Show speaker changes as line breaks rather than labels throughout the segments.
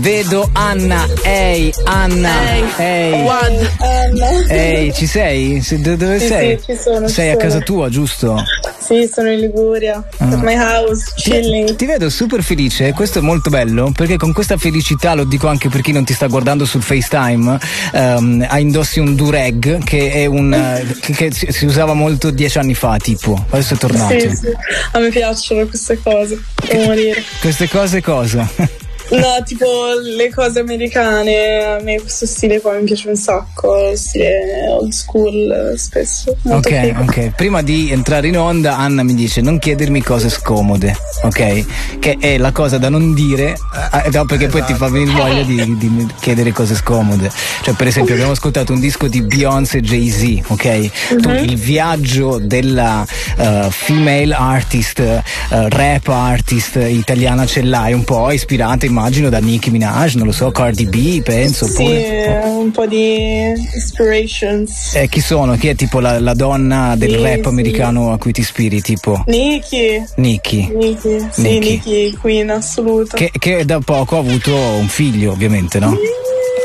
Vedo Anna, ehi Anna, ehi.
One.
Ehi, ci sei? Se- do- dove
Sì,
sei?
sì, ci sono, ci
sei a
sono.
casa tua, giusto?
Sì, sono in Liguria.
Mm.
At my house,
Ti,
chilling.
ti vedo super felice, e questo è molto bello perché con questa felicità, lo dico anche per chi non ti sta guardando sul FaceTime, ehm, hai indossi un durag che è un eh, che, che si si usava molto dieci anni fa, tipo. Adesso è tornato.
Sì, sì. A me piacciono queste cose. Devo morire.
Queste cose cosa?
No, tipo le cose americane. A me questo stile qua mi piace un sacco. Stile old school eh, spesso. Molto
ok,
figo.
ok. Prima di entrare in onda, Anna mi dice: Non chiedermi cose scomode, ok? Che è la cosa da non dire, eh, eh, no, perché poi ti fa venire
Esatto.
voglia di, di chiedere cose scomode. Cioè, per esempio, abbiamo ascoltato un disco di Beyoncé e Jay-Z, ok? Tu,
Mhm.
il viaggio della eh, female artist, eh, rap artist italiana ce l'hai un po', ispirata immagino da Nicki Minaj, non lo so, Cardi B, penso.
Sì,
oppure-
eh, un po' di inspirations.
eh, chi sono? Chi è tipo la, la donna del
Sì,
rap
sì.
americano a cui ti ispiri? Tipo
Nikki.
Nicki,
Nikki. Sì,
Nicki.
Nikki, qui in assoluto.
che, che da poco ha avuto un figlio, ovviamente, no?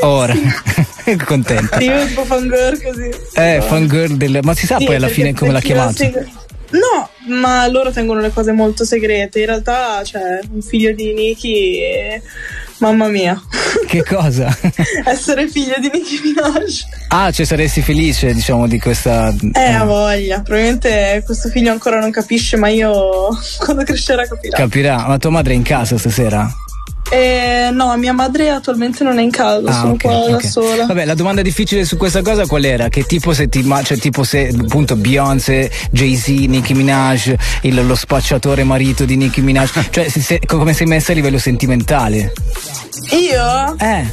Ora, contenta.
Sì, Io tipo fangirl così.
Eh, fangirl del. Ma si sa
Sì,
Ah, poi alla
perché
fine come l'ha
perché la
chiamato?
seg- No, ma loro tengono le cose molto segrete. In realtà, cioè, un figlio di Nicki. eh, Mamma mia,
Che cosa?
essere figlio di Nicki Minaj.
ah, cioè saresti felice, diciamo, di questa. mm,
Eh, ha voglia. Probabilmente questo figlio ancora non capisce, ma io quando crescerà capirà.
Capirà, ma tua madre è in casa stasera?
Eh, no, mia madre attualmente non è in casa, sono
Ah, ok,
qua
ok.
da sola.
Vabbè, la domanda difficile su questa cosa qual era? Che tipo se ti ma- cioè tipo se appunto Beyoncé, Jay-Z, Nicki Minaj, il- lo spacciatore marito di Nicki Minaj, cioè se- se- co- come sei messa a livello sentimentale?
Io?
Eh,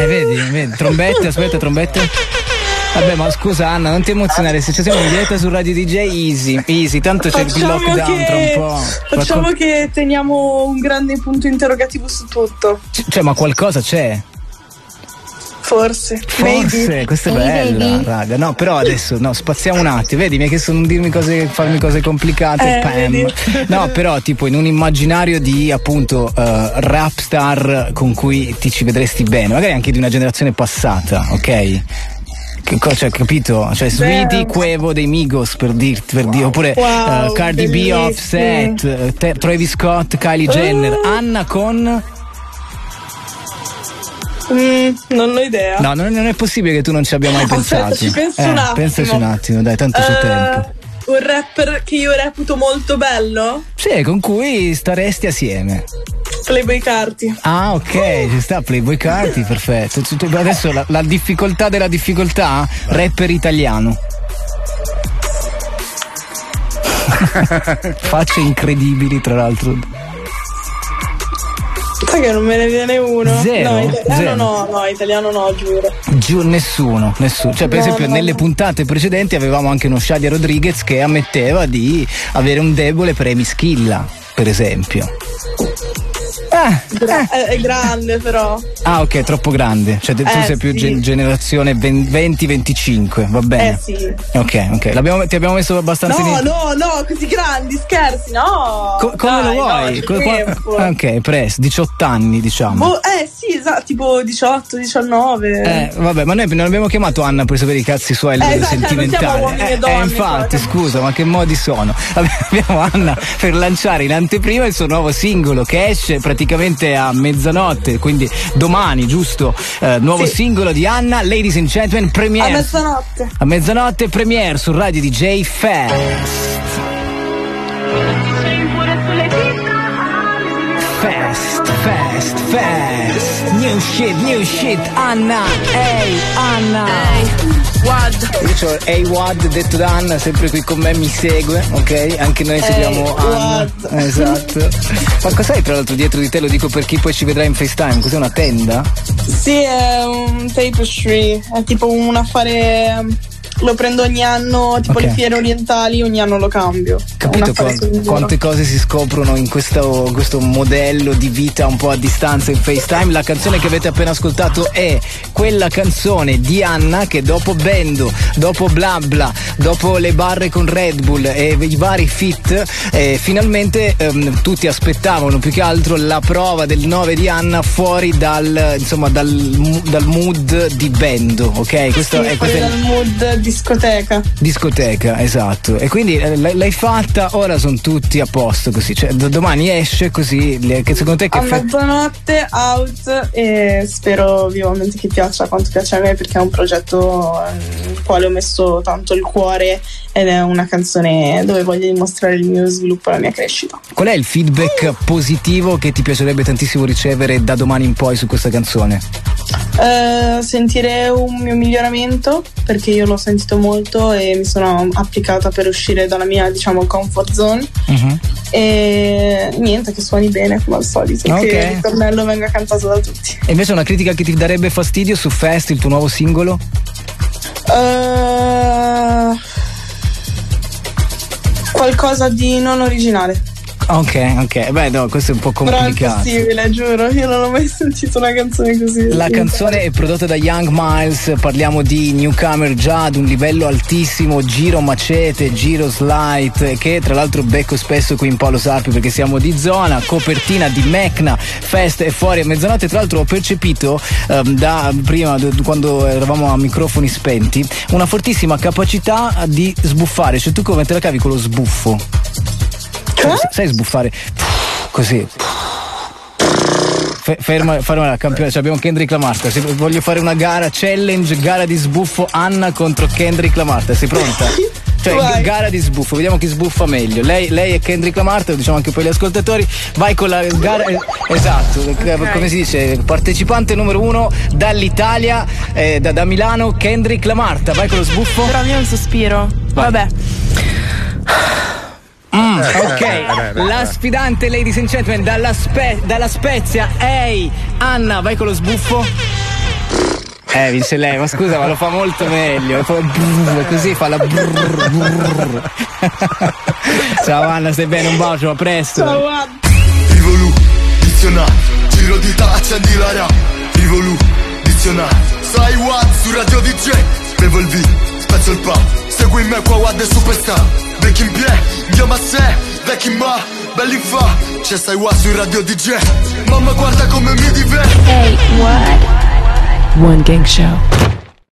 eh vedi, vedi, trombette, aspetta, trombette. Vabbè, ma scusa Anna, non ti emozionare, se ci siamo in diretta su Radio DJ Easy, easy, tanto c'è il
Facciamo,
lockdown tra un
che,
po'.
facciamo
Qualco-
che teniamo un grande punto interrogativo su tutto.
c- Cioè, ma qualcosa c'è?
Forse.
Forse, questa è bella, raga. No, però adesso no, spaziamo un attimo. Vedi, mi hai chiesto di non dirmi cose, farmi cose complicate.
Eh,
pam.
vedi.
No, però, tipo, in un immaginario di appunto eh, rap star con cui ti ci vedresti bene, magari anche di una generazione passata, ok? Che co- Cioè, capito? Cioè, Sweetie, Quevo dei Migos per dirti, per dire, oppure
Wow,
eh, Cardi B,
bellissimo.
Offset, eh, Te- Travis Scott,
Uh.
Kylie Jenner, Anna con.
Mm, non ho idea.
No, non, non è possibile che tu non ci abbia mai
Aspetta,
pensato.
ci penso
Eh,
un attimo.
Pensaci un attimo, dai, tanto c'è
Eh,
tempo.
Un rapper che io reputo molto bello?
Sì, con cui staresti assieme.
Playboy Carti.
Ah,
Uh.
ok, ci sta Playboy Carti, perfetto. Tu- tu- Adesso la, la difficoltà della difficoltà, rapper italiano. Facce incredibili, tra l'altro.
Sai che non me ne viene uno?
Zero?
No, italiano
Zero.
no, no, italiano no, giuro.
Giù nessuno, nessuno. Cioè, per
No,
esempio,
no,
nelle
no.
puntate precedenti avevamo anche uno Shadia Rodriguez che ammetteva di avere un debole per Amy Schilla, per esempio. Ah,
Gra- eh, è, è grande però.
ah, ok, troppo grande. Cioè, te- tu
Eh,
sei più
sì.
gen- generazione ven- 20-25, va bene.
Eh sì.
Ok, ok. L'abbiamo- ti abbiamo messo abbastanza in.
No, no, no, così grandi, scherzi, no.
Co- come
Dai,
lo vuoi?
no, c'è
Co- qua- Ah,
tempo.
ok, presto, 18 anni, diciamo.
Boh, eh sì, esatto, tipo 18, 19.
Eh, vabbè, ma noi non abbiamo chiamato Anna per sapere i cazzi suoi a
Eh,
livello
esatto, non siamo
sentimentale.
uomini e
Eh,
donne,
eh, infatti,
cioè, che-
scusa, ma che modi sono? Abbiamo Anna per lanciare in anteprima il suo nuovo singolo che esce praticamente a mezzanotte, quindi domani, giusto? Eh, nuovo
Sì.
singolo di Anna, Ladies and Gentlemen,
A
premiere.
mezzanotte.
A mezzanotte premiere su Radio DJ Fest. Fest, fest, fest. New shit, new shit. Anna, ehi, Anna.
One.
Io c'ho A-Wad detto da Anna, sempre qui con me mi segue, ok? Anche noi seguiamo Anna.
Wad.
Esatto. Ma cos'hai tra l'altro dietro di te? Lo dico per chi poi ci vedrà in FaceTime. Cos'è una tenda?
Sì, è un tapestry, è tipo un affare lo prendo ogni anno, tipo
Ok.
le fiere orientali, ogni anno lo cambio.
Capito
Un affare
quan-
sul giro.
quante cose si scoprono in questo, questo modello di vita un po' a distanza in FaceTime? La canzone che avete appena ascoltato è quella canzone di Anna che dopo Bendo, dopo Bla Bla, dopo le barre con Red Bull e i vari fit, eh, finalmente ehm, tutti aspettavano più che altro la prova del 9 di Anna fuori dal, insomma, dal, mu- dal mood di Bendo, ok? Questo
Sì,
è,
fuori
questo è
dal mood discoteca.
Discoteca, esatto. E quindi eh, l'hai, l'hai fatta, ora sono tutti a posto così. Cioè, do- domani esce così. le- che secondo te che
a
fe-
mezzanotte out e spero vivamente che piaccia quanto piace a me perché è un progetto eh, nel quale ho messo tanto il cuore ed è una canzone dove voglio dimostrare il mio sviluppo e la mia crescita.
Qual è il feedback positivo che ti piacerebbe tantissimo ricevere da domani in poi su questa canzone?
Eh, sentire un mio miglioramento perché io l'ho sentito molto e mi sono applicata per uscire dalla mia diciamo comfort zone e niente che suoni bene come al solito
Ah, Ok.
che il tornello venga cantato da tutti
E invece una critica che ti darebbe fastidio su Fest, il tuo nuovo singolo?
Eh, qualcosa di non originale.
Ok, ok. Beh, no, questo è un po'
Però è
complicato.
impossibile, giuro. Io non ho mai sentito una canzone così.
La canzone è prodotta da Young Miles, parliamo di newcomer già ad un livello altissimo, giro macete, giro slight, che tra l'altro becco spesso qui in Paolo Sarpi perché siamo di zona, copertina di Mecna, fest e fuori a mezzanotte, tra l'altro ho percepito ehm, da prima d- quando eravamo a microfoni spenti una fortissima capacità di sbuffare, cioè tu come te la cavi con lo sbuffo? Cioè,
Cioè?
sai sbuffare così. Fe- Ferma, ferma la campione, cioè abbiamo Kendrick Lamarta. Se- voglio fare una gara, challenge, gara di sbuffo Anna contro Kendrick Lamarta. Sei pronta? Cioè,
Vai.
g- gara di sbuffo, vediamo chi sbuffa meglio. Lei, lei è Kendrick Lamarta, lo diciamo anche per gli ascoltatori. Vai con la gara. eh, Esatto, eh, come si dice? Partecipante numero uno dall'Italia, eh, da, da Milano, Kendrick Lamarta. Vai con lo sbuffo.
Però mio è un sospiro. Vabbè.
Mm, ok, la sfidante Ladies and Gentlemen dalla, Spe- dalla Spezia, ehi Anna, vai con lo sbuffo. Eh, vince lei, ma scusa, ma lo fa molto meglio. Fa brrr, così fa la brrr, brrr. Ciao Anna, stai bene? Un bacio, a presto.
Ciao,
Rivolu, dizionario, giro di taccia di la rap Rivolu, dizionario, sai what, su radio DJ Bevo il V, spezzo il pub, segui me qua guarda il superstar Vecchi in pie, chiama sé, vecchi in ba, belli in fa C'è sai what su radio DJ, mamma guarda come mi diverte
One Gang Show.